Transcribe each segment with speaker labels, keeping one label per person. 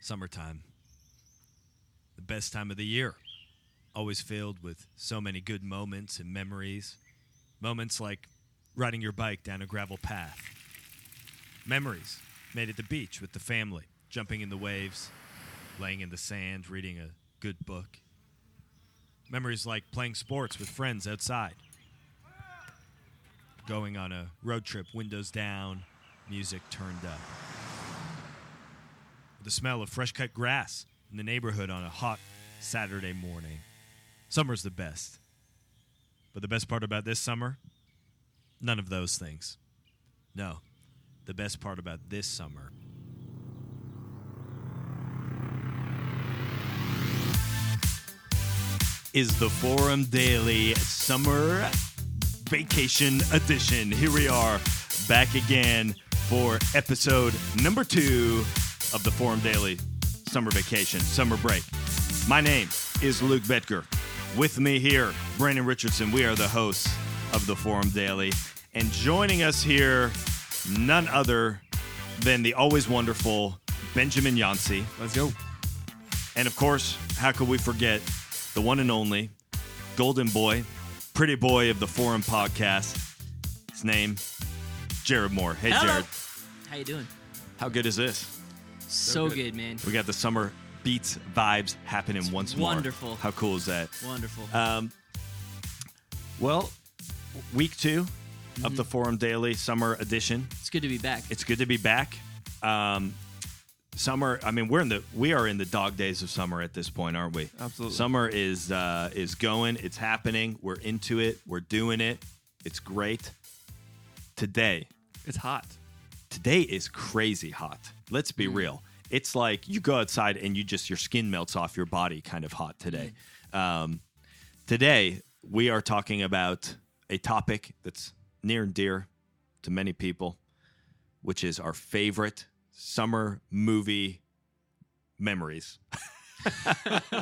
Speaker 1: Summertime. The best time of the year. Always filled with so many good moments and memories. Moments like riding your bike down a gravel path. Memories made at the beach with the family, jumping in the waves, laying in the sand, reading a good book. Memories like playing sports with friends outside. Going on a road trip, windows down, music turned up. The smell of fresh cut grass in the neighborhood on a hot Saturday morning. Summer's the best. But the best part about this summer? None of those things. No, the best part about this summer is the Forum Daily Summer Vacation Edition. Here we are back again for episode number two of the Forum Daily Summer Vacation, Summer Break. My name is Luke Betker. With me here, Brandon Richardson. We are the hosts of the Forum Daily. And joining us here, none other than the always wonderful Benjamin Yancey.
Speaker 2: Let's go.
Speaker 1: And of course, how could we forget the one and only Golden Boy, pretty boy of the Forum podcast. His name, Jared Moore. Hey,
Speaker 3: Hello.
Speaker 1: Jared.
Speaker 3: How you doing?
Speaker 1: How good is this?
Speaker 3: So,
Speaker 2: good.
Speaker 3: good. man.
Speaker 1: We got the summer beats vibes happening once more.
Speaker 3: wonderful.
Speaker 1: How cool is that?
Speaker 3: Wonderful.
Speaker 1: Um, well, week 2 of
Speaker 3: Mm-hmm.
Speaker 1: the Forum Daily Summer Edition.
Speaker 3: it's good to be back.
Speaker 1: It's good to be back. Um, summer. I mean, we're in the we are in the dog days of summer at this point, aren't we?
Speaker 2: Absolutely.
Speaker 1: Summer is uh, is going. It's happening. We're into it. We're doing it. It's great. Today,
Speaker 2: It's hot.
Speaker 1: today is crazy hot. Let's be real. It's like you go outside and you just your skin melts off your body, kind of hot today. Um, today we are talking about a topic that's near and dear to many people, which is our favorite summer movie memories.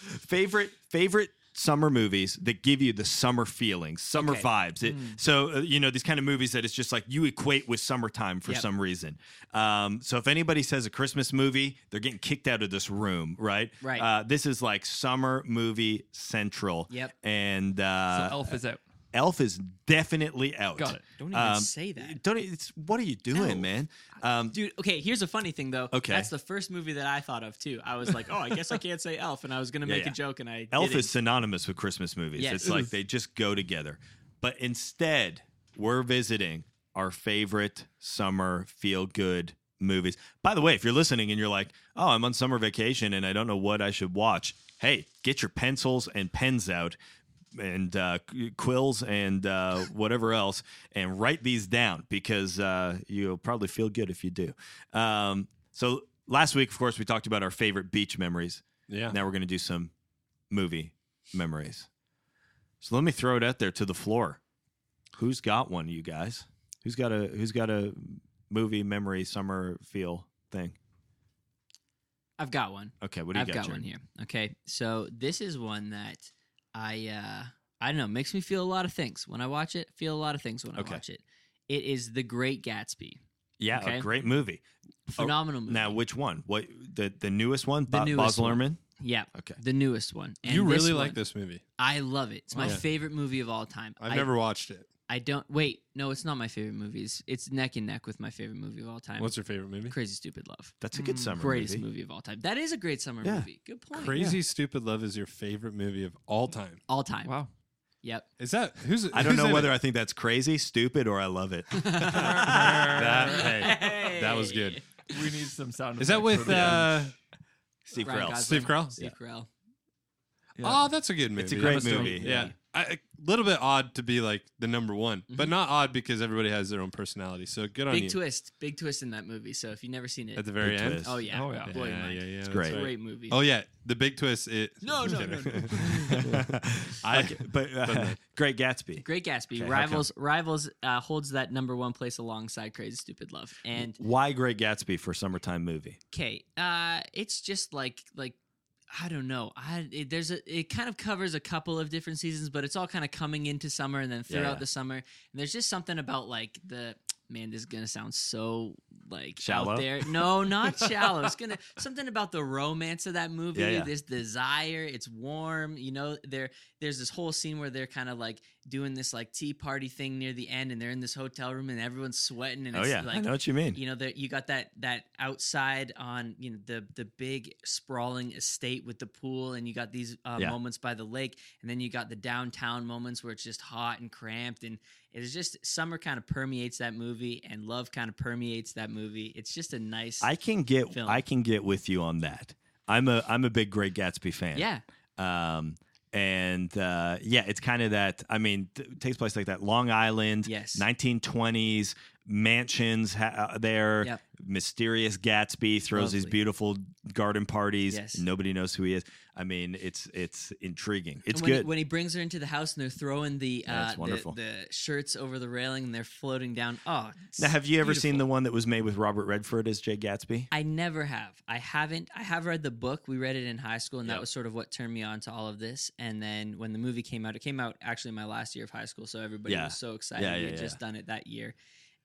Speaker 1: favorite favorite summer movies that give you the summer feelings, summer
Speaker 3: Okay.
Speaker 1: vibes. It,
Speaker 3: Mm.
Speaker 1: So uh, you know these kind of movies that it's just like you equate with summertime for
Speaker 3: Yep.
Speaker 1: some reason. Um, so if anybody says a Christmas movie, they're getting kicked out of this room, right?
Speaker 3: Right.
Speaker 1: Uh, this is like summer movie central.
Speaker 3: Yep.
Speaker 1: And
Speaker 2: So
Speaker 1: uh,
Speaker 2: Elf is out.
Speaker 1: Elf is definitely out.
Speaker 2: Got it.
Speaker 3: Don't even
Speaker 1: um,
Speaker 3: say that.
Speaker 1: Don't. e, It's what are you doing,
Speaker 3: No.
Speaker 1: man? Um,
Speaker 3: Dude, okay, here's a funny thing though.
Speaker 1: Okay.
Speaker 3: That's the first movie that I thought of too. I was like, oh, I guess I can't say Elf, and I was gonna
Speaker 1: Yeah,
Speaker 3: make
Speaker 1: yeah.
Speaker 3: a joke, and I
Speaker 1: Elf
Speaker 3: didn't.
Speaker 1: is synonymous with Christmas movies.
Speaker 3: Yes.
Speaker 1: It's like they just go together. But instead, we're visiting our favorite summer feel good movies. By the way, if you're listening and you're like, oh, I'm on summer vacation and I don't know what I should watch, hey, get your pencils and pens out and uh, qu- quills and uh, whatever else and write these down because uh, you'll probably feel good if you do. Um, so last week, of course, we talked about our favorite beach memories.
Speaker 2: Yeah.
Speaker 1: Now we're going to do some movie memories. So let me throw it out there to the floor. Who's got one, you guys? Who's got a Who's got a movie memory summer feel thing?
Speaker 3: I've got one.
Speaker 1: Okay, what do you
Speaker 3: I've
Speaker 1: got?
Speaker 3: got
Speaker 1: Jared?
Speaker 3: one here. Okay, so this is one that I uh I don't know makes me feel a lot of things when I watch it. Feel a lot of things when
Speaker 1: Okay.
Speaker 3: I watch it. It is The Great Gatsby.
Speaker 1: Yeah, a
Speaker 3: Okay.
Speaker 1: great movie.
Speaker 3: Phenomenal movie.
Speaker 1: Oh, Now, which one? What the the newest one?
Speaker 3: The
Speaker 1: Bo-
Speaker 3: newest
Speaker 1: Baz
Speaker 3: one.
Speaker 1: Luhrmann.
Speaker 3: yeah,
Speaker 1: Okay.
Speaker 3: the newest one. And
Speaker 4: you really
Speaker 3: one-
Speaker 4: like this movie.
Speaker 3: I love it. It's my
Speaker 4: Wow.
Speaker 3: favorite movie of all time.
Speaker 4: I've
Speaker 3: I-
Speaker 4: never watched it.
Speaker 3: I don't wait. No, it's not my favorite movie. It's, it's neck and neck with my favorite movie of all time.
Speaker 4: What's your favorite movie?
Speaker 3: Crazy Stupid Love?
Speaker 1: That's a good
Speaker 2: Mm,
Speaker 1: summer
Speaker 3: Greatest
Speaker 1: movie.
Speaker 3: movie. of all time. That is a great summer
Speaker 1: Yeah.
Speaker 3: movie. Good point.
Speaker 4: Crazy Stupid Love is your favorite movie of all time.
Speaker 3: All time.
Speaker 2: Wow.
Speaker 3: Yep.
Speaker 4: Is that who's?
Speaker 1: I don't
Speaker 4: who's
Speaker 1: know
Speaker 4: in
Speaker 1: whether
Speaker 4: It?
Speaker 1: I think that's crazy, stupid, or I love it.
Speaker 4: That- hey,
Speaker 3: Hey.
Speaker 4: that was good.
Speaker 2: Uh, We need some sound.
Speaker 4: Is that
Speaker 2: effects
Speaker 4: with?
Speaker 2: for the-
Speaker 4: Uh,
Speaker 1: Steve
Speaker 3: Ryan
Speaker 1: Carell.
Speaker 3: Gosling.
Speaker 4: Steve Carell?
Speaker 3: Steve Carell.
Speaker 2: Yeah.
Speaker 4: Oh, that's a good movie.
Speaker 1: It's a great
Speaker 4: Emma Stone.
Speaker 1: movie,
Speaker 4: Yeah,
Speaker 1: yeah.
Speaker 4: I- a little bit odd to be like the number one, but
Speaker 3: Mhm.
Speaker 4: not odd because everybody has their own personality. So good on
Speaker 3: Big
Speaker 4: you
Speaker 3: twist. Big twist in that movie. So if you've never seen it,
Speaker 4: at the very
Speaker 1: Big
Speaker 4: end.
Speaker 1: twist.
Speaker 3: oh yeah,
Speaker 2: Oh, yeah.
Speaker 3: blow your
Speaker 4: yeah,
Speaker 3: mind.
Speaker 4: yeah, yeah, that's
Speaker 1: great.
Speaker 4: right.
Speaker 3: Great movie.
Speaker 4: Oh yeah, the big twist. It.
Speaker 3: No,
Speaker 4: just
Speaker 3: no, no,
Speaker 4: kidding.
Speaker 1: I,
Speaker 4: I-
Speaker 1: but uh,
Speaker 4: but no.
Speaker 1: Great Gatsby.
Speaker 3: Great Gatsby
Speaker 1: Okay, how
Speaker 3: rivals rivals uh, holds that number one place alongside Crazy Stupid Love and
Speaker 1: Why Great Gatsby for summertime movie?
Speaker 3: Okay. Uh, it's just like like I don't know. I it, there's a it kind of covers a couple of different seasons, but it's all kind of coming into summer and then throughout
Speaker 1: yeah.
Speaker 3: the summer. And there's just something about like the man. This is gonna sound so like
Speaker 1: Shallow?
Speaker 3: out there. No, not shallow. It's gonna something about the romance of that movie.
Speaker 1: Yeah, yeah.
Speaker 3: This desire. It's warm. You know, there there's this whole scene where they're kind of like doing this like tea party thing near the end, and they're in this hotel room, and everyone's sweating, and
Speaker 1: oh
Speaker 3: it's
Speaker 1: yeah,
Speaker 3: like
Speaker 1: I know what you mean.
Speaker 3: you know that you got that that outside on you know the the big sprawling estate with the pool and you got these uh,
Speaker 1: Yeah.
Speaker 3: moments by the lake and then you got the downtown moments where it's just hot and cramped and it's just summer kind of permeates that movie and love kind of permeates that movie it's just a nice
Speaker 1: I can get
Speaker 3: Film.
Speaker 1: I can get with you on that. I'm a I'm a big Great Gatsby fan.
Speaker 3: yeah
Speaker 1: Um, and uh, yeah, it's kind of that. I mean, th- it takes place like that. Long Island,
Speaker 3: Yes.
Speaker 1: 1920s mansions ha- uh, there.
Speaker 3: Yep.
Speaker 1: Mysterious Gatsby throws these
Speaker 3: Lovely.
Speaker 1: beautiful garden parties.
Speaker 3: Yes.
Speaker 1: Nobody knows who he is. I mean, it's it's intriguing. It's
Speaker 3: And when
Speaker 1: good.
Speaker 3: He, when he brings her into the house and they're throwing the
Speaker 1: Yeah, it's
Speaker 3: uh, the,
Speaker 1: wonderful.
Speaker 3: the shirts over the railing and they're floating down oh
Speaker 1: now, have you ever seen
Speaker 3: beautiful.
Speaker 1: the one that was made with Robert Redford as Jay Gatsby?
Speaker 3: I never have. I haven't. I have read the book. We read it in high school, and
Speaker 4: Yep.
Speaker 3: that was sort of what turned me on to all of this. And then when the movie came out, it came out actually my last year of high school, so everybody
Speaker 1: Yeah.
Speaker 3: was so excited.
Speaker 1: Yeah,
Speaker 3: we
Speaker 1: yeah,
Speaker 3: had just
Speaker 1: yeah.
Speaker 3: done it that year,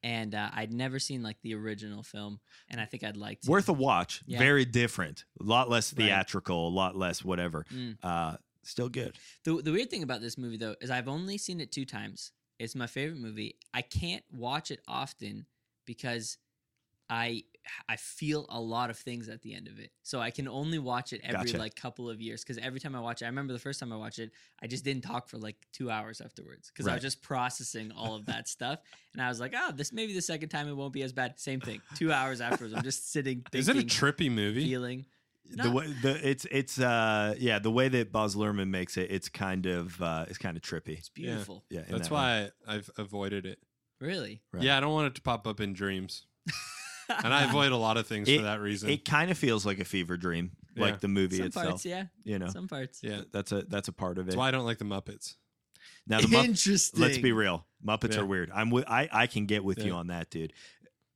Speaker 3: and uh, I'd never seen like the original film, and I think I'd like to.
Speaker 1: Worth a watch.
Speaker 3: Yeah.
Speaker 1: Very different. A lot less
Speaker 3: Right.
Speaker 1: theatrical. A lot less whatever.
Speaker 3: Mm.
Speaker 1: Uh, still good.
Speaker 3: the, the weird thing about this movie though is I've only seen it two times. It's my favorite movie. I can't watch it often because I I feel a lot of things at the end of it. So I can only watch it every
Speaker 1: Gotcha.
Speaker 3: like couple of years cuz every time I watch it, I remember the first time I watched it, I just didn't talk for like 2 hours afterwards cuz I
Speaker 1: Right.
Speaker 3: was just processing all of that stuff and I was like, "Oh, this maybe the second time it won't be as bad." Same thing. 2 hours afterwards, I'm just sitting thinking,
Speaker 4: Is it a trippy movie?
Speaker 3: feeling.
Speaker 1: The
Speaker 3: No.
Speaker 1: way the it's it's uh yeah the way that Boz Luhrmann makes it it's kind of uh it's kind of trippy
Speaker 3: It's beautiful.
Speaker 1: yeah in
Speaker 4: That's
Speaker 1: that way.
Speaker 4: why I, I've avoided it.
Speaker 3: Really?
Speaker 1: Right.
Speaker 4: Yeah, I don't want it to pop up in dreams, and I avoid a lot of things
Speaker 1: It-
Speaker 4: for that reason.
Speaker 1: it kind of feels like a fever dream
Speaker 4: Yeah.
Speaker 1: like the movie
Speaker 3: Some
Speaker 1: itself
Speaker 3: parts, yeah.
Speaker 1: you know
Speaker 3: Some parts.
Speaker 4: yeah,
Speaker 1: Th- that's a that's a part of it
Speaker 4: that's why I don't like the Muppets.
Speaker 1: now the Mupp-
Speaker 3: Interesting.
Speaker 1: let's be real Muppets
Speaker 4: Yeah.
Speaker 1: are weird I'm with I I can get with you
Speaker 4: Yeah.
Speaker 1: on that dude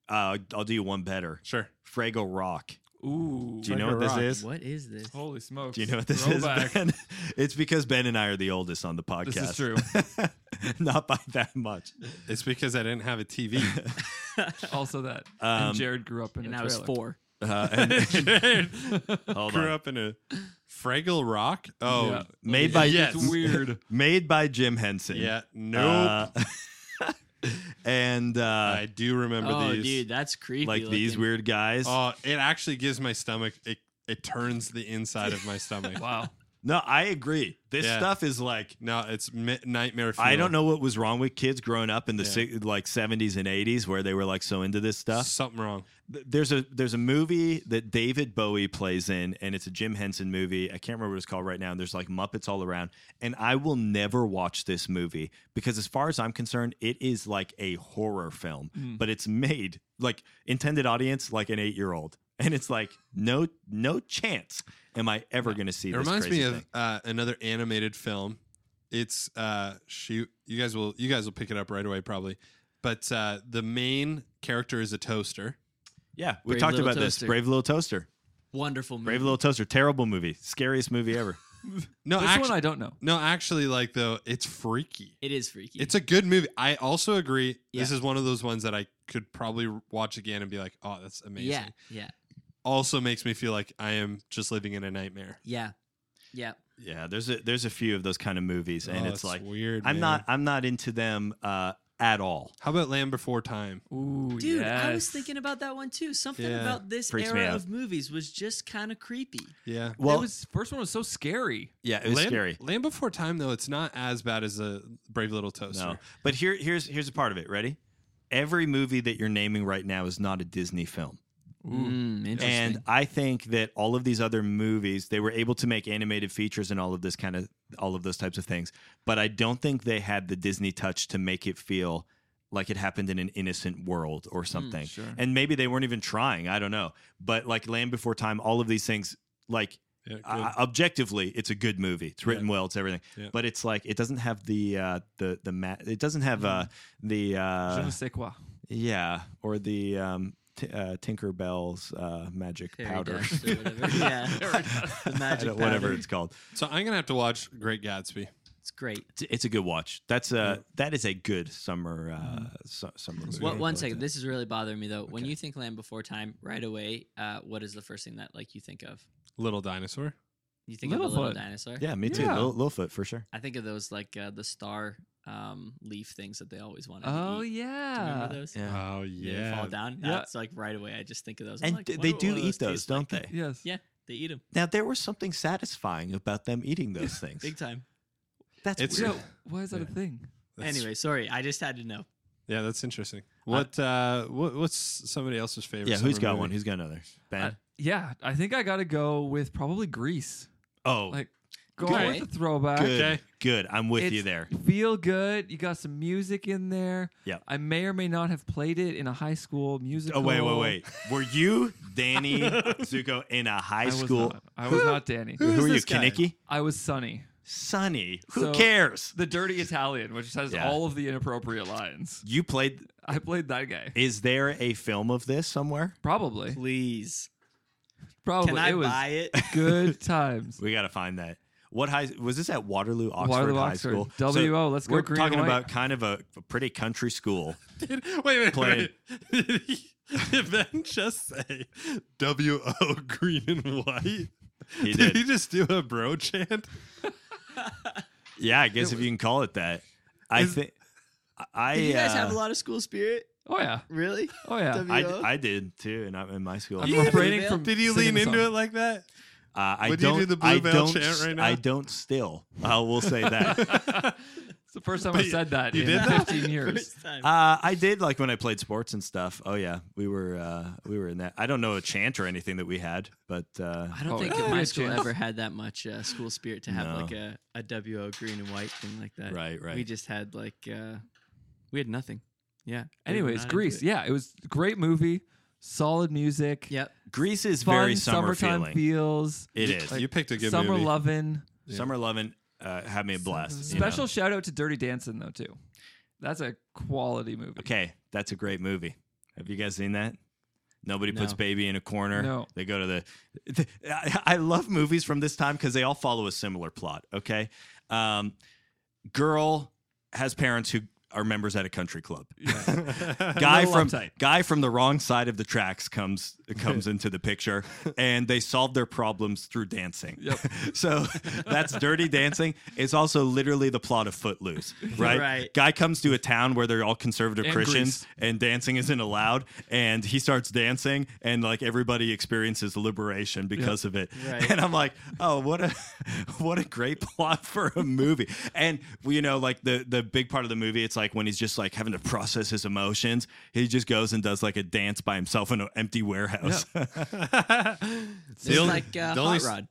Speaker 1: uh I'll do you one better
Speaker 4: Sure.
Speaker 1: Fraggle Rock
Speaker 2: Oh. Ooh.
Speaker 1: Do you know
Speaker 2: Fraggle
Speaker 1: what this
Speaker 2: Rock.
Speaker 1: is?
Speaker 3: What is this?
Speaker 2: Holy smokes.
Speaker 1: do you know what this is
Speaker 2: Throwback.
Speaker 1: Ben? it's because Ben and I are the oldest on the podcast
Speaker 2: This is true.
Speaker 1: not by that much
Speaker 4: It's because I didn't have a TV.
Speaker 2: Also that.
Speaker 1: Um,
Speaker 2: and Jared grew up in
Speaker 3: and
Speaker 2: a
Speaker 3: I was
Speaker 2: trailer.
Speaker 3: four.
Speaker 1: uh, and,
Speaker 4: Jared
Speaker 1: hold
Speaker 4: grew
Speaker 1: on
Speaker 4: up in a Fraggle Rock. Oh,
Speaker 2: Yeah.
Speaker 4: yeah.
Speaker 1: made by
Speaker 4: Yes.
Speaker 2: It's weird.
Speaker 1: made by Jim Henson.
Speaker 4: nope.
Speaker 1: Uh, and uh,
Speaker 4: I do remember
Speaker 3: oh,
Speaker 4: these.
Speaker 3: dude, that's creepy.
Speaker 1: like these
Speaker 3: looking.
Speaker 1: weird guys.
Speaker 4: Oh, it actually gives my stomach. It it turns the inside of my stomach.
Speaker 2: Wow.
Speaker 1: no, I agree. This
Speaker 4: Yeah.
Speaker 1: stuff is like
Speaker 4: No, it's mi- nightmare. Fuel.
Speaker 1: I don't know what was wrong with kids growing up in the
Speaker 4: Yeah.
Speaker 1: si- like 70s and 80s where they were like so into this stuff.
Speaker 4: Something wrong.
Speaker 1: Th- There's a there's a movie that David Bowie plays in and it's a Jim Henson movie. I can't remember what it's called right now. And there's like Muppets all around and I will never watch this movie because as far as I'm concerned, it is like a horror film.
Speaker 3: Hmm.
Speaker 2: Mm.
Speaker 1: but it's made like intended audience like an eight year old, and it's like no no chance am I ever going to see.
Speaker 4: It
Speaker 1: this
Speaker 4: reminds me
Speaker 1: crazy
Speaker 4: of
Speaker 1: thing.
Speaker 4: uh, another animated film. It's uh, shoot. You guys will you guys will pick it up right away probably. But uh, the main character is a toaster.
Speaker 1: yeah. We
Speaker 3: Brave
Speaker 1: talked
Speaker 3: Little
Speaker 1: about this
Speaker 3: Toaster. Hmm.
Speaker 1: Brave Little Toaster,
Speaker 3: wonderful movie.
Speaker 1: Brave Little Toaster, terrible movie, scariest movie ever.
Speaker 4: No,
Speaker 2: this
Speaker 4: actually,
Speaker 2: one I don't know.
Speaker 4: no, actually, like though, it's freaky.
Speaker 3: It is freaky.
Speaker 4: It's a good movie. I also agree. This
Speaker 3: Yeah.
Speaker 4: is one of those ones that I could probably watch again and be like, "Oh, that's amazing."
Speaker 3: yeah, yeah,
Speaker 4: Also makes me feel like I am just living in a nightmare.
Speaker 3: yeah, yeah.
Speaker 1: Yeah, there's a there's a few of those kind of movies, and
Speaker 4: Oh,
Speaker 1: it's like
Speaker 4: weird.
Speaker 1: I'm
Speaker 4: man.
Speaker 1: not I'm not into them uh, at all.
Speaker 4: How about Land Before Time?
Speaker 2: Ooh,
Speaker 3: Dude, I was
Speaker 2: yes.
Speaker 3: thinking about that one too. Something
Speaker 4: Yeah.
Speaker 3: about this
Speaker 1: Freaks me
Speaker 3: era
Speaker 1: out.
Speaker 3: of movies was just kind of creepy.
Speaker 4: Yeah.
Speaker 2: Well,
Speaker 1: Well,
Speaker 2: it was first one was so scary.
Speaker 1: yeah, it was
Speaker 4: Land,
Speaker 1: scary.
Speaker 4: Land Before Time though, it's not as bad as a Brave Little Toaster.
Speaker 1: No, but here here's here's a part of it. Ready? Every movie that you're naming right now is not a Disney film.
Speaker 3: Mm,
Speaker 1: And I think that all of these other movies, they were able to make animated features and all of this kind of all of those types of things. But I don't think they had the Disney touch to make it feel like it happened in an innocent world
Speaker 2: Hmm.
Speaker 1: or something.
Speaker 2: sure.
Speaker 1: And maybe they weren't even trying. I don't know. But like Land Before Time, all of these things, like
Speaker 4: Yeah, good.
Speaker 1: uh, objectively, it's a good movie. It's written well. It's everything.
Speaker 4: Yeah.
Speaker 1: But it's like it doesn't have the uh, the the ma- it doesn't have uh,
Speaker 3: Mm-hmm.
Speaker 1: the
Speaker 2: Je ne
Speaker 1: uh,
Speaker 2: sais quoi.
Speaker 1: yeah or the um, t- uh, Tinkerbell's uh, magic
Speaker 3: Fairy
Speaker 1: powder.
Speaker 3: dust or whatever. yeah,
Speaker 1: I
Speaker 3: the magic
Speaker 1: don't- whatever
Speaker 3: powder.
Speaker 1: it's called.
Speaker 4: so I'm gonna have to watch Great Gatsby.
Speaker 3: It's great.
Speaker 1: It's, it's a good watch. That's a that is a good summer uh,
Speaker 3: Mm-hmm.
Speaker 1: su- summer. movie.
Speaker 3: What,
Speaker 4: Yeah,
Speaker 3: one
Speaker 1: I
Speaker 3: second.
Speaker 1: liked it.
Speaker 3: This is really bothering me though. When
Speaker 1: Okay.
Speaker 3: you think Land Before Time, right away, uh, what is the first thing that like you think of?
Speaker 4: Little dinosaur.
Speaker 3: You think of the
Speaker 2: Littlefoot.
Speaker 3: little dinosaur.
Speaker 1: Yeah, me too.
Speaker 2: Yeah.
Speaker 1: Lil Littlefoot for sure.
Speaker 3: I think of those like uh, the star um, leaf things that they always wanted.
Speaker 2: Oh
Speaker 3: to eat. Do you
Speaker 2: yeah.
Speaker 3: remember those?
Speaker 1: Yeah.
Speaker 4: Oh
Speaker 3: They fall
Speaker 4: yeah.
Speaker 3: down.
Speaker 2: Yeah.
Speaker 3: That's like right away. I just think of those. I'm
Speaker 1: and
Speaker 3: like,
Speaker 1: d-
Speaker 3: "Wonder
Speaker 1: they
Speaker 3: what
Speaker 1: do
Speaker 3: one of those
Speaker 1: eat those,
Speaker 3: tastes like."
Speaker 1: don't they?
Speaker 2: Yes.
Speaker 3: Yeah, they eat them
Speaker 1: Now there was something satisfying about them eating those things.
Speaker 3: big time.
Speaker 1: That's
Speaker 4: It's-
Speaker 1: weird.
Speaker 2: Yeah, why is that
Speaker 4: Yeah.
Speaker 2: a thing?
Speaker 4: That's-
Speaker 3: Anyway, sorry. I just had to know.
Speaker 4: Yeah, that's interesting. What uh what, what's somebody else's favorite?
Speaker 1: yeah, who's
Speaker 4: summer
Speaker 1: got
Speaker 4: movie?
Speaker 1: one? Who's got another? Ben.
Speaker 2: Uh, yeah, I think I got to go with probably Greece.
Speaker 1: oh,
Speaker 2: Like going
Speaker 3: Good.
Speaker 2: with the throwback.
Speaker 1: good,
Speaker 4: okay.
Speaker 1: good. I'm with you
Speaker 2: It's-
Speaker 1: there.
Speaker 2: Feel good. You got some music in there.
Speaker 1: Yep.
Speaker 2: I may or may not have played it in a high school music.
Speaker 1: Oh wait, wait, wait. Were you Danny Zuko in a
Speaker 2: I
Speaker 1: high
Speaker 2: was
Speaker 1: school?
Speaker 2: Not, I was not Danny.
Speaker 4: Who
Speaker 1: Who
Speaker 4: is
Speaker 1: are you,
Speaker 4: this guy?
Speaker 1: Kinnicky?
Speaker 2: I was Sunny,
Speaker 1: Sonny. Who
Speaker 2: So-
Speaker 1: cares?
Speaker 2: the dirty Italian, which has
Speaker 1: Yeah.
Speaker 2: all of the inappropriate lines.
Speaker 1: You played.
Speaker 2: I played that guy.
Speaker 1: Is there a film of this somewhere?
Speaker 2: Probably.
Speaker 3: Please,
Speaker 2: Probably.
Speaker 1: Oh,
Speaker 3: can I
Speaker 2: it was
Speaker 3: buy it?
Speaker 2: good times.
Speaker 1: We got to find that. What high was this at Waterloo Oxford
Speaker 2: Waterloo,
Speaker 1: High
Speaker 2: Oxford.
Speaker 1: School?
Speaker 2: WO, let's go
Speaker 1: We're
Speaker 2: green and
Speaker 1: talking
Speaker 2: white.
Speaker 1: about kind of a, a pretty country school.
Speaker 4: Did, wait, wait,
Speaker 1: Play.
Speaker 4: wait. Did Ben just say W O green and white?
Speaker 1: He
Speaker 4: did
Speaker 1: did.
Speaker 4: he just do a bro chant?
Speaker 1: Yeah, I guess if you can call it that. I
Speaker 4: Is-
Speaker 1: think I
Speaker 3: Did you guys have
Speaker 1: uh,
Speaker 3: a lot of school spirit?
Speaker 2: Oh yeah.
Speaker 3: Really?
Speaker 2: Oh yeah.
Speaker 1: I,
Speaker 3: WO?
Speaker 1: I did too, and I'm in my school.
Speaker 2: I'm
Speaker 1: Uh,
Speaker 4: You did?
Speaker 2: refraining from.
Speaker 4: Did you
Speaker 2: singing
Speaker 4: lean
Speaker 2: the
Speaker 4: into
Speaker 2: song.
Speaker 4: it like that?
Speaker 1: I
Speaker 4: Would you
Speaker 1: don't.
Speaker 4: do the Blue
Speaker 1: I
Speaker 4: Bell
Speaker 1: don't.
Speaker 4: chant
Speaker 1: s-
Speaker 4: right now?
Speaker 1: I don't still. I will say that. uh,
Speaker 2: It's the first time
Speaker 4: But
Speaker 2: I
Speaker 4: you-
Speaker 2: said that
Speaker 4: you
Speaker 2: in
Speaker 4: did that?
Speaker 2: 15 years.
Speaker 3: First time.
Speaker 1: Uh, I did like when I played sports and stuff. Oh yeah, we were uh, we were in that. I don't know a chant or anything that we had, but uh,
Speaker 3: I don't
Speaker 2: Oh,
Speaker 3: think
Speaker 2: yeah.
Speaker 3: my
Speaker 2: Yeah,
Speaker 3: school
Speaker 2: chance.
Speaker 3: ever had that much uh, school spirit to have
Speaker 1: No.
Speaker 3: like a, a WO green and white thing like that.
Speaker 1: right, right.
Speaker 3: We just had like uh, we had nothing. Yeah. we were not
Speaker 2: Anyways,
Speaker 3: into
Speaker 2: Greece.
Speaker 3: it.
Speaker 2: Yeah, it was a great movie. Solid music.
Speaker 3: Yep.
Speaker 1: Greece is
Speaker 2: Fun
Speaker 1: very summer
Speaker 2: summertime
Speaker 1: feeling.
Speaker 2: feels.
Speaker 1: it is
Speaker 4: you picked a good
Speaker 2: summer
Speaker 4: movie.
Speaker 2: loving.
Speaker 4: Yeah.
Speaker 1: summer loving. Uh, had me a blast. you know?
Speaker 2: Special shout out to Dirty Dancing though too. That's a quality movie.
Speaker 1: Okay, that's a great movie. Have you guys seen that? Nobody puts
Speaker 3: No.
Speaker 1: baby in a corner.
Speaker 2: No.
Speaker 1: They go to the. th- I- I love movies from this time because they all follow a similar plot. Okay, um, girl has parents who are members at a country club. guy
Speaker 2: little
Speaker 1: from
Speaker 2: uptight.
Speaker 1: guy from the wrong side of the tracks comes comes into the picture, and they solve their problems through dancing.
Speaker 2: Yep.
Speaker 1: so that's dirty dancing. It's also literally the plot of Footloose, right?
Speaker 3: Right.
Speaker 1: Guy comes to a town where they're all conservative
Speaker 2: And
Speaker 1: Christians, and dancing isn't allowed, and he starts dancing, and like everybody experiences liberation because of it.
Speaker 3: Right.
Speaker 1: And I'm like, oh, what a what a great plot for a movie. And well, you know, like the the big part of the movie, it's like when he's just like having to process his emotions, he just goes and does like a dance by himself in an empty warehouse. Yeah,
Speaker 3: It's
Speaker 4: only-
Speaker 3: like uh,
Speaker 4: the only
Speaker 3: Hot
Speaker 4: s-
Speaker 3: Rod.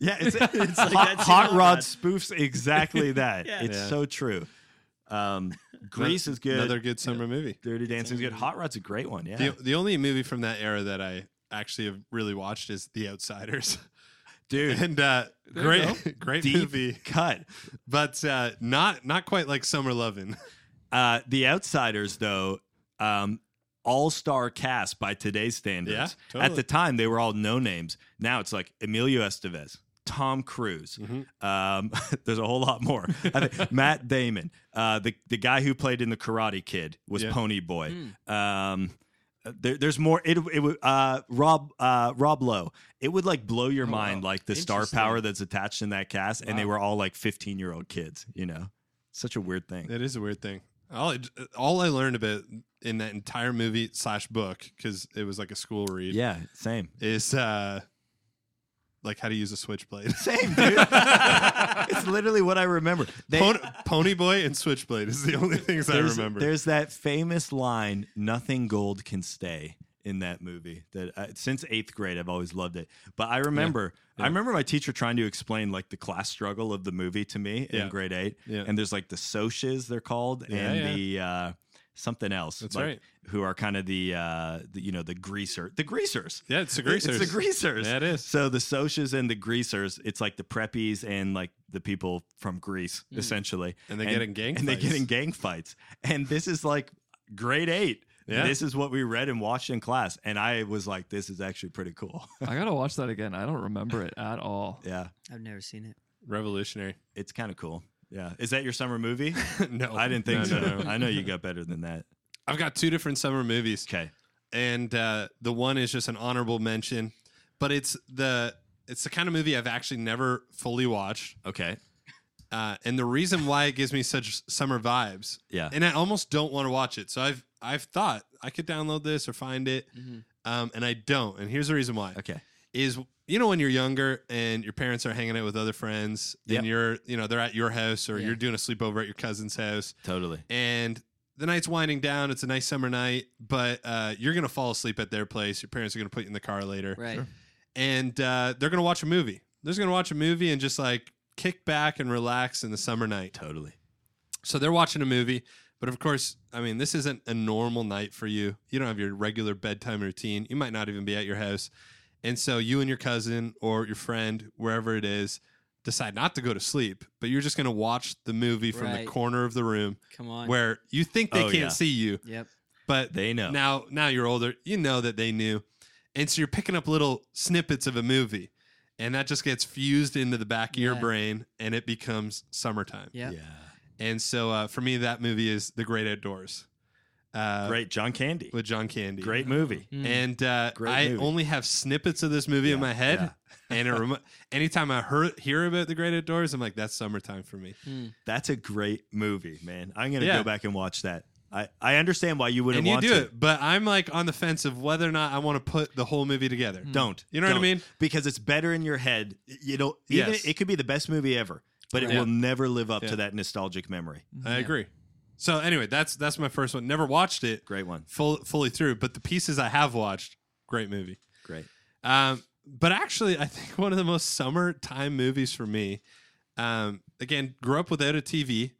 Speaker 1: it's, it's hot,
Speaker 3: like that's
Speaker 1: hot
Speaker 3: Hot
Speaker 1: Rod
Speaker 3: Rod.
Speaker 1: spoofs exactly that.
Speaker 3: Yeah.
Speaker 1: It's
Speaker 4: Yeah.
Speaker 1: so true. Um, Grease is good.
Speaker 4: Another good summer movie.
Speaker 1: Dirty Dancing's good. Hot Rod's a great one. Yeah.
Speaker 4: The, the only movie from that era that I actually have really watched is The Outsiders.
Speaker 1: Dude.
Speaker 4: And uh,
Speaker 2: There you
Speaker 4: great, great
Speaker 1: Deep
Speaker 4: movie,
Speaker 1: cut.
Speaker 4: but uh, not not quite like Summer Lovin'.
Speaker 1: Uh, the Outsiders, though, um, all star cast by today's standards.
Speaker 4: Yeah,
Speaker 1: At
Speaker 4: totally.
Speaker 1: the time, they were all no names. Now it's like Emilio Estevez, Tom Cruise. Um, there's a whole lot more. I think Matt Damon, uh, the the guy who played in the Karate Kid, was
Speaker 4: Yeah.
Speaker 1: Pony Boy.
Speaker 3: Hmm.
Speaker 1: Um, there, there's more. It, it would uh, Rob uh, Rob Lowe. It would like blow your
Speaker 2: Oh,
Speaker 1: mind,
Speaker 2: wow.
Speaker 1: like the star
Speaker 3: Interesting.
Speaker 1: power that's attached in that cast, and they
Speaker 2: Wow.
Speaker 1: were all like 15 year old kids. You know, such a weird thing.
Speaker 4: That is a weird thing. All I, all I learned about in that entire movie slash book because it was like a school read.
Speaker 1: Yeah, same.
Speaker 4: is uh, like how to use a switchblade.
Speaker 1: Same, dude. it's literally what I remember. They-
Speaker 4: Pony, Pony Boy and Switchblade is the only things I
Speaker 1: there's,
Speaker 4: remember.
Speaker 1: There's that famous line, "Nothing gold can stay." In that movie, that uh, since eighth grade, I've always loved it. But I remember, I remember my teacher trying to explain like the class struggle of the movie to me in
Speaker 4: Yeah.
Speaker 1: grade eight.
Speaker 4: Yeah.
Speaker 1: And there's like the socias they're called,
Speaker 4: Yeah,
Speaker 1: and the uh, something else.
Speaker 4: That's
Speaker 1: like,
Speaker 4: right.
Speaker 1: Who are kind of the, uh, the you know the greaser, the greasers.
Speaker 4: yeah, it's the greasers.
Speaker 1: It's the greasers.
Speaker 4: Yeah, it is.
Speaker 1: So the socias and the greasers, it's like the preppies and like the people from Greece,
Speaker 3: Mm.
Speaker 1: essentially.
Speaker 4: And they get in gang
Speaker 1: and they get
Speaker 4: fights.
Speaker 1: in gang fights. And this is like grade eight.
Speaker 4: Yeah.
Speaker 1: This is what we read and watched in class. And I was like, this is actually pretty cool.
Speaker 2: I gotta watch that again. I don't remember it at all.
Speaker 1: yeah.
Speaker 3: I've never seen it.
Speaker 4: Revolutionary.
Speaker 1: It's kind of cool. Yeah. Is that your summer movie?
Speaker 4: no,
Speaker 1: I didn't think
Speaker 4: Oh, No,
Speaker 1: so.
Speaker 4: no, no.
Speaker 1: I know you got better than that.
Speaker 4: I've got two different summer movies.
Speaker 1: Okay.
Speaker 4: and uh, the one is just an honorable mention, but it's the it's the kind of movie I've actually never fully watched,
Speaker 1: Okay.
Speaker 4: uh, and the reason why it gives me such summer vibes,
Speaker 1: Yeah.
Speaker 4: and I almost don't want to watch it. So I've I've thought I could download this or find it,
Speaker 3: Mhm.
Speaker 4: um, and I don't. And here's the reason why
Speaker 1: Okay.
Speaker 4: is you know when you're younger and your parents are hanging out with other friends,
Speaker 1: Yep.
Speaker 4: and you're you know they're at your house or
Speaker 3: Yeah.
Speaker 4: you're doing a sleepover at your cousin's house,
Speaker 1: Totally.
Speaker 4: and the night's winding down. It's a nice summer night, but uh, you're gonna fall asleep at their place. Your parents are gonna put you in the car later,
Speaker 3: Right.
Speaker 4: and uh, they're gonna watch a movie. They're just gonna watch a movie and just like kick back and relax in the summer night.
Speaker 1: Totally.
Speaker 4: So they're watching a movie, but of course, I mean, this isn't a normal night for you. You don't have your regular bedtime routine. You might not even be at your house, and so you and your cousin or your friend, wherever it is, decide not to go to sleep, but you're just gonna watch the movie from
Speaker 3: Right.
Speaker 4: the corner of the room
Speaker 3: Come on.
Speaker 4: where you think they
Speaker 1: Oh,
Speaker 4: can't
Speaker 1: yeah.
Speaker 4: see you,
Speaker 3: Yep.
Speaker 4: but
Speaker 1: They know.
Speaker 4: now now you're older, you know that they knew, and so you're picking up little snippets of a movie, and that just gets fused into the back of your
Speaker 3: Yeah.
Speaker 4: brain, and it becomes summertime.
Speaker 3: Yep.
Speaker 4: And so uh, for me, that movie is The Great Outdoors, uh,
Speaker 1: Great. John Candy.
Speaker 4: with John Candy.
Speaker 1: Great movie.
Speaker 3: Mm.
Speaker 4: And uh,
Speaker 1: Great
Speaker 4: I
Speaker 1: movie.
Speaker 4: only have snippets of this movie in
Speaker 1: Yeah,
Speaker 4: my head,
Speaker 1: yeah.
Speaker 4: and it remi- anytime I hear, hear about The Great Outdoors, I'm like, that's summertime for me.
Speaker 3: Mm.
Speaker 1: That's a great movie, man. I'm gonna
Speaker 4: Yeah.
Speaker 1: go back and watch that. I, I understand why you wouldn't
Speaker 4: and you
Speaker 1: want
Speaker 4: do
Speaker 1: to.
Speaker 4: it, but I'm like on the fence of whether or not I want to put the whole movie together.
Speaker 3: Hmm.
Speaker 1: Don't.
Speaker 4: Mm. You know
Speaker 1: Don't.
Speaker 4: what I mean?
Speaker 1: Because it's better in your head. You know, even
Speaker 4: Yes.
Speaker 1: it could be the best movie ever, but it
Speaker 4: Right.
Speaker 1: will never live up
Speaker 4: Yeah.
Speaker 1: to that nostalgic memory.
Speaker 4: I
Speaker 3: Yeah.
Speaker 4: agree. So anyway, that's that's my first one. Never watched it
Speaker 1: Great one.
Speaker 4: full, fully through, but the pieces I have watched, great movie.
Speaker 1: Great.
Speaker 4: Um, but actually, I think one of the most summertime movies for me. Um, again, grew up without a TV,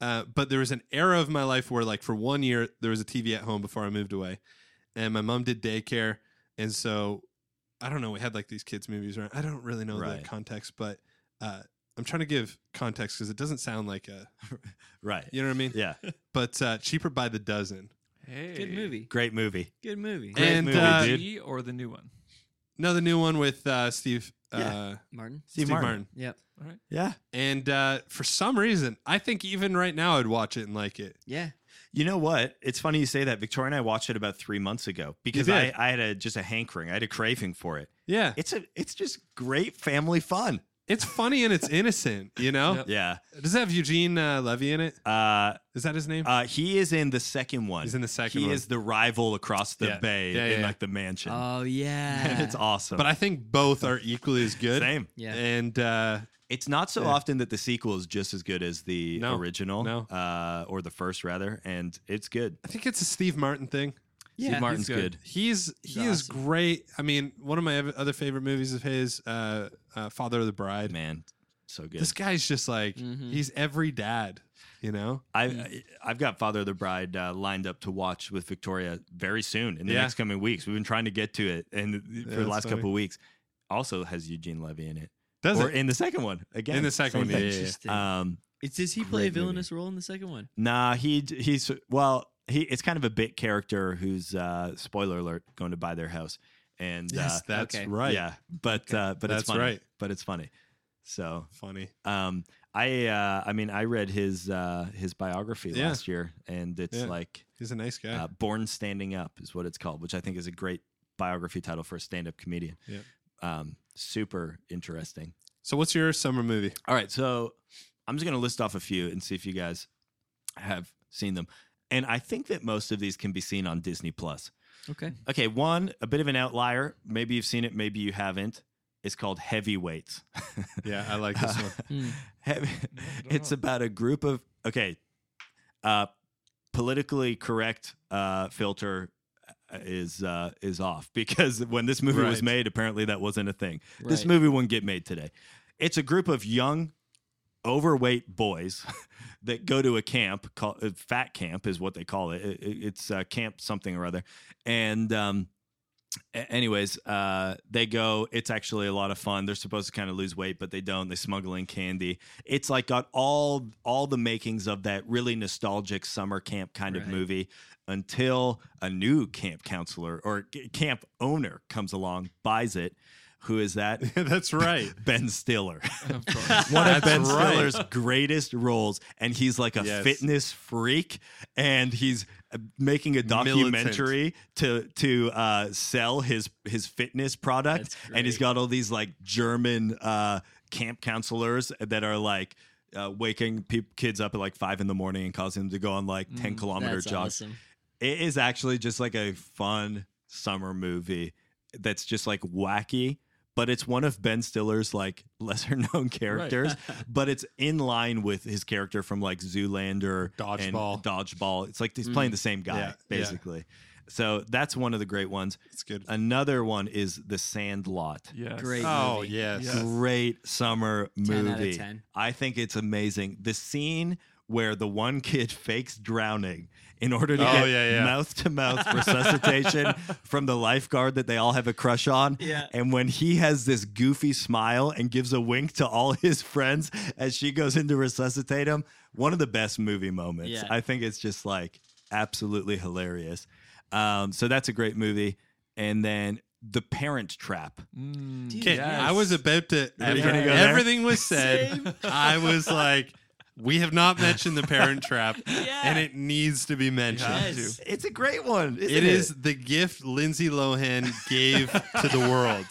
Speaker 4: uh, but there was an era of my life where, like, for one year, there was a TV at home before I moved away, and my mom did daycare, and so I don't know. We had like these kids movies around. I don't really know
Speaker 1: Right.
Speaker 4: the context, but uh, I'm trying to give context because it doesn't sound like a.
Speaker 1: Right.
Speaker 4: You know what I mean?
Speaker 1: Yeah.
Speaker 4: But uh, cheaper by the dozen.
Speaker 2: Hey.
Speaker 3: Good movie.
Speaker 1: Great movie.
Speaker 3: Good movie.
Speaker 1: Great
Speaker 4: And,
Speaker 1: movie,
Speaker 4: uh,
Speaker 1: dude.
Speaker 2: G or the new one?
Speaker 4: Another new one with uh, Steve. Uh,
Speaker 1: Yeah.
Speaker 3: Martin.
Speaker 4: Steve, Martin.
Speaker 3: Yep.
Speaker 1: Yeah.
Speaker 4: And uh, for some reason, I think even right now I'd watch it and like it.
Speaker 3: Yeah.
Speaker 1: You know what? It's funny you say that. Victoria and I watched it about three months ago because
Speaker 4: did.
Speaker 1: I, I had a just a hankering. I had a craving for it.
Speaker 4: Yeah.
Speaker 1: It's a it's just great family fun.
Speaker 4: It's funny and it's innocent, you know?
Speaker 2: Yep.
Speaker 1: Yeah.
Speaker 4: Does it have Eugene uh, Levy in it?
Speaker 1: Uh,
Speaker 4: Is that his name?
Speaker 1: uh, he is in the second one.
Speaker 4: He's in the second
Speaker 1: he
Speaker 4: one.
Speaker 1: is the rival across the
Speaker 4: Yeah.
Speaker 1: bay
Speaker 4: Yeah, yeah,
Speaker 1: in
Speaker 4: yeah.
Speaker 1: like the mansion.
Speaker 3: Oh
Speaker 1: and
Speaker 3: yeah.
Speaker 1: it's awesome.
Speaker 4: but I think both are equally as good.
Speaker 1: Same.
Speaker 3: Yeah.
Speaker 4: And uh,
Speaker 1: It's not so
Speaker 4: Yeah.
Speaker 1: often that the sequel is just as good as the
Speaker 4: No.
Speaker 1: original,
Speaker 4: No.
Speaker 1: uh, or the first rather, and it's good.
Speaker 4: I think it's a Steve Martin thing.
Speaker 3: Yeah.
Speaker 1: Steve Martin's
Speaker 2: good.
Speaker 1: good.
Speaker 4: He's
Speaker 3: He's
Speaker 4: he is
Speaker 3: awesome.
Speaker 4: great. I mean, one of my ev- other favorite movies of his, uh, uh, Father of the Bride.
Speaker 1: man, so good.
Speaker 4: This guy's just like
Speaker 3: Mhm.
Speaker 4: he's every dad, you know.
Speaker 1: I, I I've got Father of the Bride uh, lined up to watch with Victoria very soon in the
Speaker 4: Yeah.
Speaker 1: next coming weeks. We've been trying to get to it, and for the
Speaker 4: that's
Speaker 1: last
Speaker 4: funny.
Speaker 1: couple of weeks, also has Eugene Levy in it,
Speaker 4: Does
Speaker 1: or
Speaker 4: it?
Speaker 1: in the second one again.
Speaker 4: In the second
Speaker 1: same
Speaker 4: one, yeah,
Speaker 1: thing.
Speaker 4: yeah, yeah.
Speaker 3: Interesting.
Speaker 1: Um,
Speaker 3: It's, does he play a
Speaker 1: great movie.
Speaker 3: villainous role in the second one?
Speaker 1: nah, he he's well, he it's kind of a bit character who's uh, spoiler alert going to buy their house, and uh,
Speaker 4: Yes, that's
Speaker 3: okay.
Speaker 4: right.
Speaker 1: Yeah, but uh, but
Speaker 4: That's
Speaker 1: it's funny.
Speaker 4: right.
Speaker 1: But it's funny. So
Speaker 4: Funny.
Speaker 1: um, I uh, I mean I read his uh, his biography
Speaker 4: Yeah.
Speaker 1: last year, and it's
Speaker 4: Yeah.
Speaker 1: like
Speaker 4: He's a nice guy.
Speaker 1: uh, Born Standing Up is what it's called, which I think is a great biography title for a stand up comedian.
Speaker 4: Yeah.
Speaker 1: Um, super interesting.
Speaker 4: so, what's your summer movie?
Speaker 1: All right, so I'm just gonna list off a few and see if you guys have seen them. And I think that most of these can be seen on Disney Plus.
Speaker 3: Okay.
Speaker 1: Okay, one, a bit of an outlier. Maybe you've seen it, maybe you haven't. It's called Heavyweights.
Speaker 4: Yeah, I like this one.
Speaker 3: Mm.
Speaker 1: Heavy-
Speaker 2: No, I don't
Speaker 1: it's
Speaker 2: know.
Speaker 1: about a group of okay, uh, politically correct uh, filter is uh, is off because when this movie was
Speaker 4: Right.
Speaker 1: made, apparently that wasn't a thing. This
Speaker 3: Right.
Speaker 1: movie wouldn't get made today. It's a group of young, overweight boys that go to a camp called uh, Fat Camp is what they call it. It- it- it's uh, camp something or other, and. Um, a- anyways, uh, they go. It's actually a lot of fun. They're supposed to kind of lose weight, but they don't. They smuggle in candy. It's like got all all the makings of that really nostalgic summer camp kind of
Speaker 3: Right.
Speaker 1: movie. Until a new camp counselor or c- camp owner comes along, buys it, Who is that?
Speaker 4: That's right.
Speaker 1: Ben Stiller.
Speaker 2: Of course.
Speaker 1: One of
Speaker 4: That's
Speaker 1: Ben
Speaker 4: right.
Speaker 1: Stiller's greatest roles, and he's like a
Speaker 4: Yes.
Speaker 1: fitness freak, and he's uh, making a
Speaker 4: Militant.
Speaker 1: documentary to to uh, sell his his fitness product,
Speaker 3: That's
Speaker 1: and he's
Speaker 3: great.
Speaker 1: got all these like German uh, camp counselors that are like. Uh, waking pe- kids up at like five in the morning and causing them to go on like 10
Speaker 2: Mm,
Speaker 1: kilometer
Speaker 3: That's
Speaker 1: jogs
Speaker 3: awesome.
Speaker 1: it is actually just like a fun summer movie that's just like wacky but it's one of ben stiller's like lesser known characters but it's in line with his character from like zoolander
Speaker 4: Dodgeball. Mm.
Speaker 1: and dodgeball it's like he's playing the same guy
Speaker 4: Yeah, yeah.
Speaker 1: basically so that's one of the great ones
Speaker 4: It's good.
Speaker 1: another one is the sandlot
Speaker 2: Yes.
Speaker 3: Great.
Speaker 4: Oh,
Speaker 3: movie.
Speaker 4: yes.
Speaker 2: Yes.
Speaker 1: great summer
Speaker 3: 10
Speaker 1: movie
Speaker 3: out of 10.
Speaker 1: I think it's amazing. The scene where the one kid fakes drowning in order to
Speaker 4: Oh,
Speaker 1: get
Speaker 4: yeah, yeah.
Speaker 1: mouth to mouth resuscitation from the lifeguard that they all have a crush on.
Speaker 3: Yeah.
Speaker 1: And when he has this goofy smile and gives a wink to all his friends as she goes in to resuscitate him, one of the best movie moments.
Speaker 3: Yeah.
Speaker 1: I think it's just like absolutely hilarious. Um, so that's a great movie. And then The Parent Trap.
Speaker 2: Mm,
Speaker 3: Dude,
Speaker 4: Okay,
Speaker 2: yes.
Speaker 4: I was about to.
Speaker 1: Are
Speaker 2: we gonna go
Speaker 1: there?
Speaker 4: everything was said. I was like, we have not mentioned the Parent Trap,
Speaker 3: Yeah.
Speaker 4: and it needs to be mentioned.
Speaker 2: have
Speaker 3: Yes.
Speaker 1: It's a great one. Isn't
Speaker 4: It is the gift Lindsay Lohan gave to the world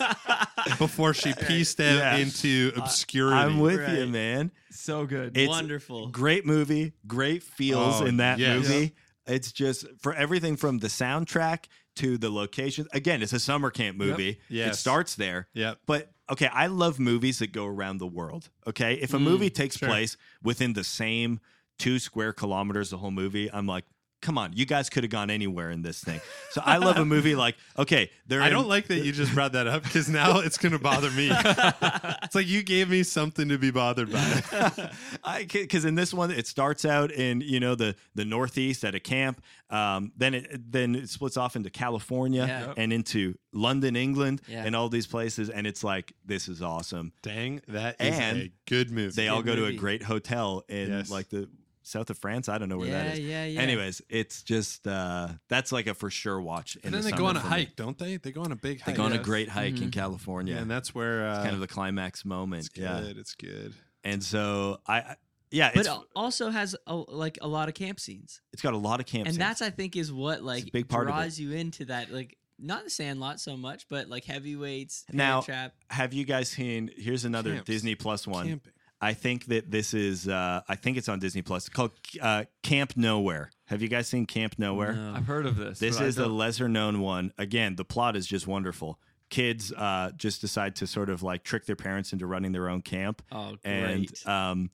Speaker 4: before she pieced out
Speaker 1: Yeah.
Speaker 4: into obscurity.
Speaker 1: I'm with you,
Speaker 3: Right.
Speaker 1: man.
Speaker 2: so good.
Speaker 1: It's
Speaker 3: Wonderful.
Speaker 1: Great movie, great feels
Speaker 4: Oh,
Speaker 1: in that
Speaker 4: yes.
Speaker 1: movie. It's just for everything from the soundtrack to the location. Again, it's a summer camp movie. It
Speaker 4: Yes.
Speaker 1: starts there.
Speaker 4: Yep.
Speaker 1: But okay, I love movies that go around the world. Okay. If a
Speaker 3: Mm,
Speaker 1: movie takes
Speaker 4: sure.
Speaker 1: place within the same two square kilometers, the whole movie, I'm like, come on, you guys could have gone anywhere in this thing. So I love a movie like, okay, they're
Speaker 4: I
Speaker 1: in-
Speaker 4: don't like that you just brought that up because now it's going to bother me. it's like you gave me something to be bothered by.
Speaker 1: I because in this one it starts out in you know the the Northeast at a camp, um, then it then it splits off into California
Speaker 3: Yeah.
Speaker 1: and into London, England,
Speaker 3: Yeah.
Speaker 1: and all these places, and it's like this is awesome.
Speaker 4: Dang, that is
Speaker 1: And
Speaker 4: a good move.
Speaker 1: They all
Speaker 3: good
Speaker 1: go to a
Speaker 3: movie.
Speaker 1: great hotel in
Speaker 4: Yes.
Speaker 1: like the south of France. I don't know where
Speaker 3: yeah,
Speaker 1: that is.
Speaker 3: yeah, yeah.
Speaker 1: Anyways, it's just uh, that's like a for sure watch. in
Speaker 4: and then
Speaker 1: the
Speaker 4: they go on
Speaker 1: summer
Speaker 4: a
Speaker 1: for me.
Speaker 4: hike, don't they? They go on a big
Speaker 1: They
Speaker 4: hike.
Speaker 1: go on a
Speaker 2: Yes.
Speaker 1: great hike in
Speaker 3: Mhm.
Speaker 1: California.
Speaker 4: yeah, and that's where uh,
Speaker 1: that's kind of the climax moment.
Speaker 4: it's good.
Speaker 1: Yeah,
Speaker 4: It's good.
Speaker 1: and so I, I yeah,
Speaker 3: but
Speaker 1: it's
Speaker 3: al- also has a, like a lot of camp scenes,
Speaker 1: it's got a lot of camp
Speaker 3: and
Speaker 1: scenes.
Speaker 3: that's I think is what like
Speaker 1: big part of it.
Speaker 3: draws you into that like not the Sandlot so much, but like heavyweights, Parent
Speaker 1: Now-
Speaker 3: trap.
Speaker 1: have you guys seen here's another
Speaker 4: Camps.
Speaker 1: disney plus one
Speaker 4: Camping.
Speaker 1: i think that this is uh i think it's on disney plus it's called uh, camp nowhere have you guys seen camp nowhere
Speaker 3: No.
Speaker 2: I've heard of this.
Speaker 1: this
Speaker 2: but I
Speaker 1: is a
Speaker 2: don't-
Speaker 1: lesser known one again the plot is just wonderful kids uh just decide to sort of like trick their parents into running their own camp
Speaker 3: Oh, great.
Speaker 1: and um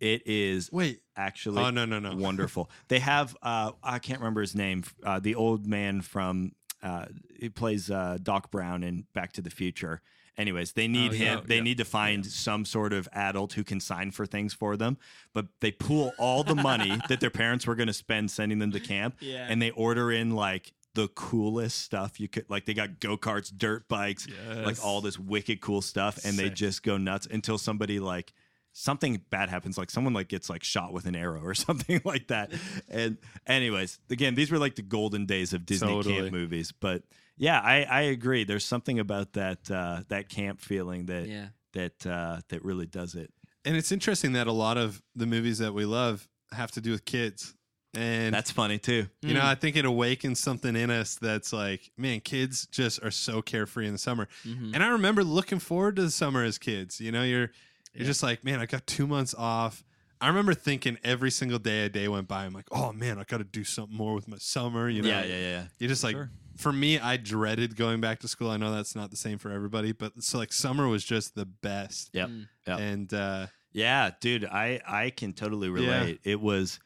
Speaker 1: it is
Speaker 4: Wait.
Speaker 1: actually
Speaker 4: Oh no no no.
Speaker 1: wonderful. They have uh, I can't remember his name. Uh, the old man from uh, he plays uh, Doc Brown in Back to the Future. Anyways, they need
Speaker 3: Oh, yeah.
Speaker 1: him.
Speaker 2: Oh,
Speaker 1: They
Speaker 2: yeah.
Speaker 1: need to find some sort of adult who can sign for things for them. But they pool all the money that their parents were going to spend sending them to camp,
Speaker 3: yeah,
Speaker 1: and they order in like the coolest stuff you could. Like they got go karts, dirt bikes, like all this wicked cool stuff and they
Speaker 4: Sick.
Speaker 1: just go nuts until somebody like something bad happens like someone like gets like shot with an arrow or something like that and anyways again these were like the golden days of disney
Speaker 4: Totally.
Speaker 1: camp movies but yeah i i agree there's something about that uh that camp feeling that
Speaker 3: yeah,
Speaker 1: that uh that really does it
Speaker 4: And it's interesting that a lot of the movies that we love have to do with kids. And
Speaker 1: that's Hmm. funny too
Speaker 4: you know, I think it awakens something in us that's like, man, kids just are so carefree in the summer.
Speaker 1: Mm-hmm.
Speaker 3: Mhm.
Speaker 4: And I remember looking forward to the summer as kids. You know, you're you're
Speaker 3: Yeah.
Speaker 4: just like, man, I got two months off. I remember thinking every single day a day went by, I'm like, oh man, I got to do something more with my summer. You know,
Speaker 1: yeah yeah yeah
Speaker 4: you just like
Speaker 2: Sure.
Speaker 4: for me, I dreaded going back to school. I know that's not the same for everybody, but so like summer was just the best.
Speaker 1: Yep.
Speaker 3: Mm.
Speaker 1: Yep.
Speaker 4: And uh,
Speaker 1: Yeah, dude, I I can totally
Speaker 4: Yeah.
Speaker 1: relate. It was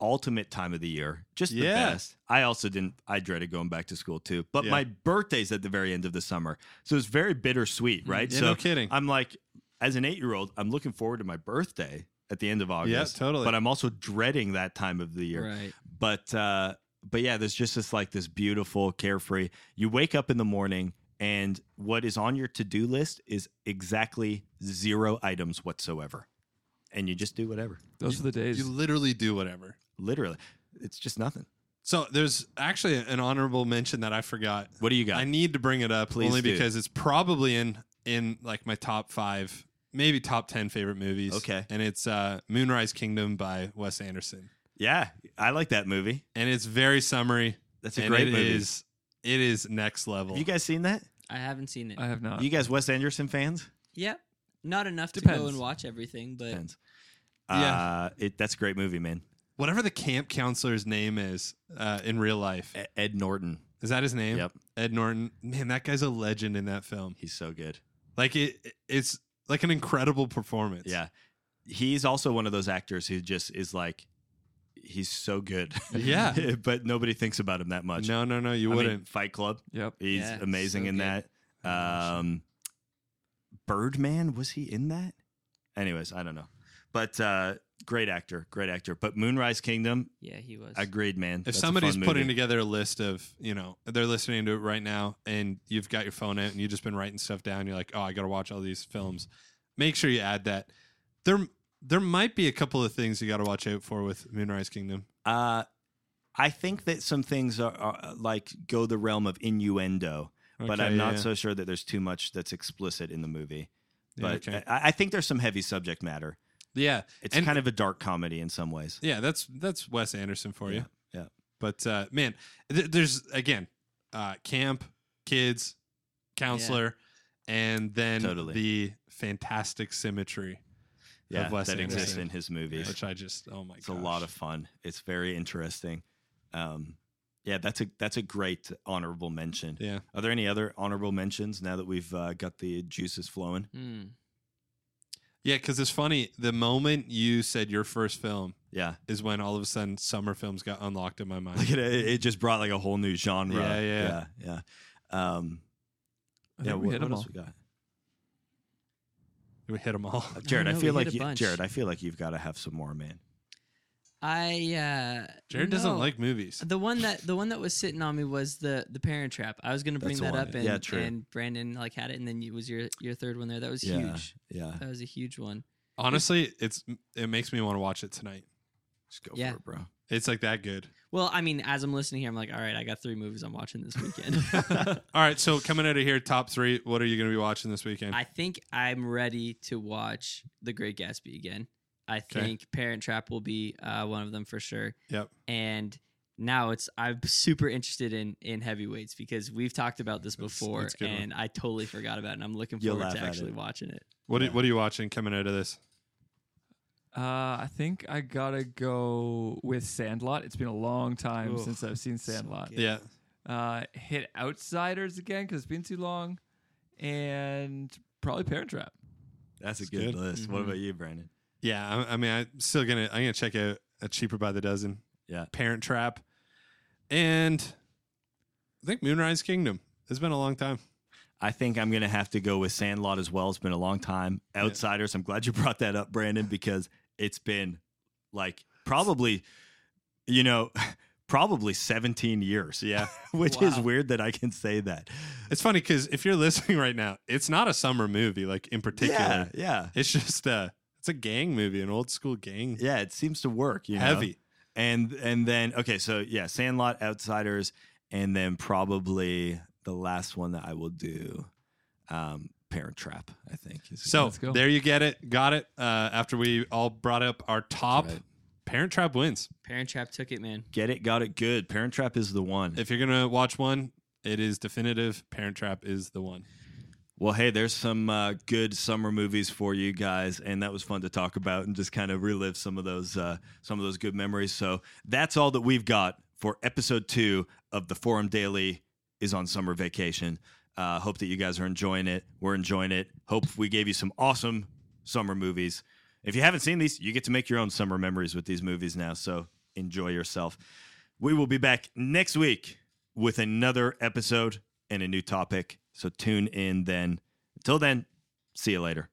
Speaker 1: ultimate time of the year, just the
Speaker 4: Yeah.
Speaker 1: best. I also didn't. I dreaded going back to school too, but
Speaker 4: Yeah.
Speaker 1: my birthday's at the very end of the summer, so it's very bittersweet, right?
Speaker 4: Mm-hmm. yeah,
Speaker 1: so
Speaker 4: no kidding.
Speaker 1: I'm like, as an eight year old, I'm looking forward to my birthday at the end of
Speaker 4: yeah,
Speaker 1: August,
Speaker 4: totally.
Speaker 1: but I'm also dreading that time of the year
Speaker 3: right.
Speaker 1: but uh but yeah there's just this like this beautiful carefree you wake up in the morning and what is on your to-do list is exactly zero items whatsoever and you just do whatever
Speaker 2: Those are the days.
Speaker 4: you literally do whatever.
Speaker 1: literally it's just nothing
Speaker 4: So there's actually an honorable mention that I forgot.
Speaker 1: What do you
Speaker 4: I
Speaker 1: got?
Speaker 4: need to bring it up
Speaker 1: Please
Speaker 4: only
Speaker 1: do.
Speaker 4: because it's probably in in like my top five, maybe top ten favorite movies.
Speaker 1: Okay.
Speaker 4: and it's uh, Moonrise Kingdom by Wes Anderson,
Speaker 1: Yeah, I like that movie.
Speaker 4: and it's very summary.
Speaker 1: That's a
Speaker 4: and
Speaker 1: great
Speaker 4: it
Speaker 1: movie.
Speaker 4: is- it is next level.
Speaker 1: Have you guys seen that?
Speaker 3: I haven't seen it.
Speaker 2: I have not.
Speaker 1: You guys Wes Anderson fans?
Speaker 3: yeah, not enough to go
Speaker 2: Depends.
Speaker 3: and watch everything, but
Speaker 1: Fans.
Speaker 4: Yeah.
Speaker 1: Uh, it, that's a great movie, man.
Speaker 4: Whatever the camp counselor's name is uh, in real life,
Speaker 1: E- Ed Norton.
Speaker 4: is that his name?
Speaker 1: Yep.
Speaker 4: Ed Norton. Man, that guy's a legend in that film.
Speaker 1: He's so good.
Speaker 4: Like it, it's like an incredible performance.
Speaker 1: Yeah. He's also one of those actors who just is like, he's so good.
Speaker 4: Yeah.
Speaker 1: but nobody thinks about him that much.
Speaker 4: No, no, no,
Speaker 1: I
Speaker 4: you
Speaker 1: mean,
Speaker 4: wouldn't.
Speaker 1: Fight Club.
Speaker 2: Yep.
Speaker 1: He's
Speaker 3: Yeah,
Speaker 1: amazing
Speaker 3: so
Speaker 1: in
Speaker 3: good.
Speaker 4: Oh,
Speaker 1: that. Um, Birdman was he in that? Anyways, I don't know, but uh, great actor, great actor. But Moonrise Kingdom,
Speaker 3: yeah, he was.
Speaker 1: agreed, man.
Speaker 4: if somebody's putting
Speaker 1: together,
Speaker 4: together a list of, you know, they're listening to it right now and you've got your phone out and you've just been writing stuff down, you're like, oh, I got to watch all these films. Make sure you add that. There, there might be a couple of things you got to watch out for with Moonrise Kingdom.
Speaker 1: uh, I think that some things are, are like go the realm of innuendo, but
Speaker 4: Okay,
Speaker 1: I'm not
Speaker 4: yeah.
Speaker 1: so sure that there's too much that's explicit in the movie.
Speaker 4: Yeah,
Speaker 1: But uh,
Speaker 4: okay.
Speaker 1: I, I think there's some heavy subject matter.
Speaker 4: yeah,
Speaker 1: It's
Speaker 4: And-
Speaker 1: kind of a dark comedy in some ways.
Speaker 4: yeah, that's that's Wes Anderson for you.
Speaker 1: Yeah, yeah.
Speaker 4: But uh, man, th- there's again, uh, camp, kids, counselor, and then
Speaker 1: Totally.
Speaker 4: the fantastic symmetry,
Speaker 1: Yeah,
Speaker 4: Of Wes
Speaker 1: that exists
Speaker 4: Anderson.
Speaker 1: in his movies.
Speaker 4: which I just oh my,
Speaker 1: it's a lot of fun. It's very interesting. Um, yeah, that's a that's a great honorable mention.
Speaker 4: yeah.
Speaker 1: Are there any other honorable mentions now that we've uh, got the juices flowing?
Speaker 3: Hmm.
Speaker 4: Yeah, because it's funny. The moment you said your first film
Speaker 1: Yeah,
Speaker 4: is when all of a sudden summer films got unlocked in my mind.
Speaker 1: like it, it just brought like a whole new genre.
Speaker 4: Yeah, yeah.
Speaker 1: yeah. yeah. Um,
Speaker 2: I
Speaker 1: yeah.
Speaker 2: think we
Speaker 1: What,
Speaker 2: hit
Speaker 1: what
Speaker 2: them
Speaker 1: else
Speaker 2: all.
Speaker 1: we got?
Speaker 4: we hit them all.
Speaker 1: Uh, Jared,
Speaker 3: I
Speaker 1: I,
Speaker 3: know,
Speaker 1: feel
Speaker 3: we
Speaker 1: like
Speaker 3: hit a
Speaker 1: you,
Speaker 3: bunch.
Speaker 1: Jared, I feel like you've got to have some more, man.
Speaker 3: I uh,
Speaker 4: Jared doesn't
Speaker 3: no.
Speaker 4: like movies.
Speaker 3: the one that the one that was sitting on me was the the Parent Trap. I was gonna bring
Speaker 1: That's the
Speaker 3: that
Speaker 1: one.
Speaker 3: up, and
Speaker 1: Yeah, true.
Speaker 3: and Brandon like had it, and then it was your your third one there. That was
Speaker 1: Yeah.
Speaker 3: huge.
Speaker 1: Yeah,
Speaker 3: That was a huge one.
Speaker 4: Honestly, it's it makes me want to watch it tonight.
Speaker 1: just go
Speaker 3: Yeah.
Speaker 1: for it, bro.
Speaker 4: It's like that good.
Speaker 3: Well, I mean, as I'm listening here, I'm like, all right, I got three movies I'm watching this weekend.
Speaker 4: All right, so coming out of here, top three. What are you going to be watching this weekend?
Speaker 3: I think I'm ready to watch The Great Gatsby again. I think Parent Trap will be uh, one of them for sure.
Speaker 4: Yep.
Speaker 3: And now it's I'm super interested in in heavyweights because we've talked about this
Speaker 4: That's-
Speaker 3: before,
Speaker 4: that's a good one.
Speaker 3: and I totally forgot about it. and I'm looking
Speaker 1: You'll
Speaker 3: forward
Speaker 1: laugh
Speaker 3: to
Speaker 1: at
Speaker 3: actually
Speaker 1: it.
Speaker 3: watching it.
Speaker 4: what
Speaker 1: Yeah.
Speaker 4: are, What are you watching coming out of this?
Speaker 2: Uh, I think I gotta go with Sandlot. It's been a long time
Speaker 4: Ooh,
Speaker 2: since I've seen Sandlot.
Speaker 3: good.
Speaker 4: Yeah,
Speaker 2: uh, hit Outsiders again because it's been too long, and probably Parent Trap.
Speaker 1: That's a
Speaker 4: It's
Speaker 1: good, Mm-hmm.
Speaker 4: good.
Speaker 1: list. What
Speaker 3: Mhm.
Speaker 1: about you, Brandon?
Speaker 4: yeah. I, I mean, I'm still gonna I'm gonna check out a cheaper by the dozen.
Speaker 1: Yeah.
Speaker 4: Parent Trap, and I think Moonrise Kingdom. It's been a long time.
Speaker 1: I think I'm going to have to go with Sandlot as well. It's been a long time. Outsiders, I'm glad you brought that up, Brandon, because it's been like probably, you know, probably 17 years.
Speaker 4: Yeah.
Speaker 1: Which is
Speaker 3: Wow.
Speaker 1: weird that I can say that.
Speaker 4: It's funny because if you're listening right now, it's not a summer movie, like in particular.
Speaker 1: Yeah. Yeah.
Speaker 4: It's just a it's a gang movie, an old school gang.
Speaker 1: Yeah. It seems to work. You know?
Speaker 4: Heavy.
Speaker 1: And, and then, okay. So, yeah, Sandlot, Outsiders, and then probably the last one that I will do, um, Parent Trap, I think. is-
Speaker 4: So
Speaker 2: Let's go.
Speaker 4: there you get it. Got it. Uh, after we all brought up our top,
Speaker 1: right.
Speaker 4: Parent Trap wins.
Speaker 3: Parent Trap took it, man.
Speaker 1: get it, got it good. Parent Trap is the one.
Speaker 4: If you're gonna watch one, it is definitive. Parent Trap is the one.
Speaker 1: Well, hey, there's some uh, good summer movies for you guys, and that was fun to talk about and just kind of relive some of those uh, some of those good memories. So that's all that we've got for episode two of the Forum Daily is on summer vacation. Uh, hope that you guys are enjoying it. We're enjoying it. Hope we gave you some awesome summer movies. If you haven't seen these, you get to make your own summer memories with these movies now. So enjoy yourself. We will be back next week with another episode and a new topic. So tune in then. Until then, see you later.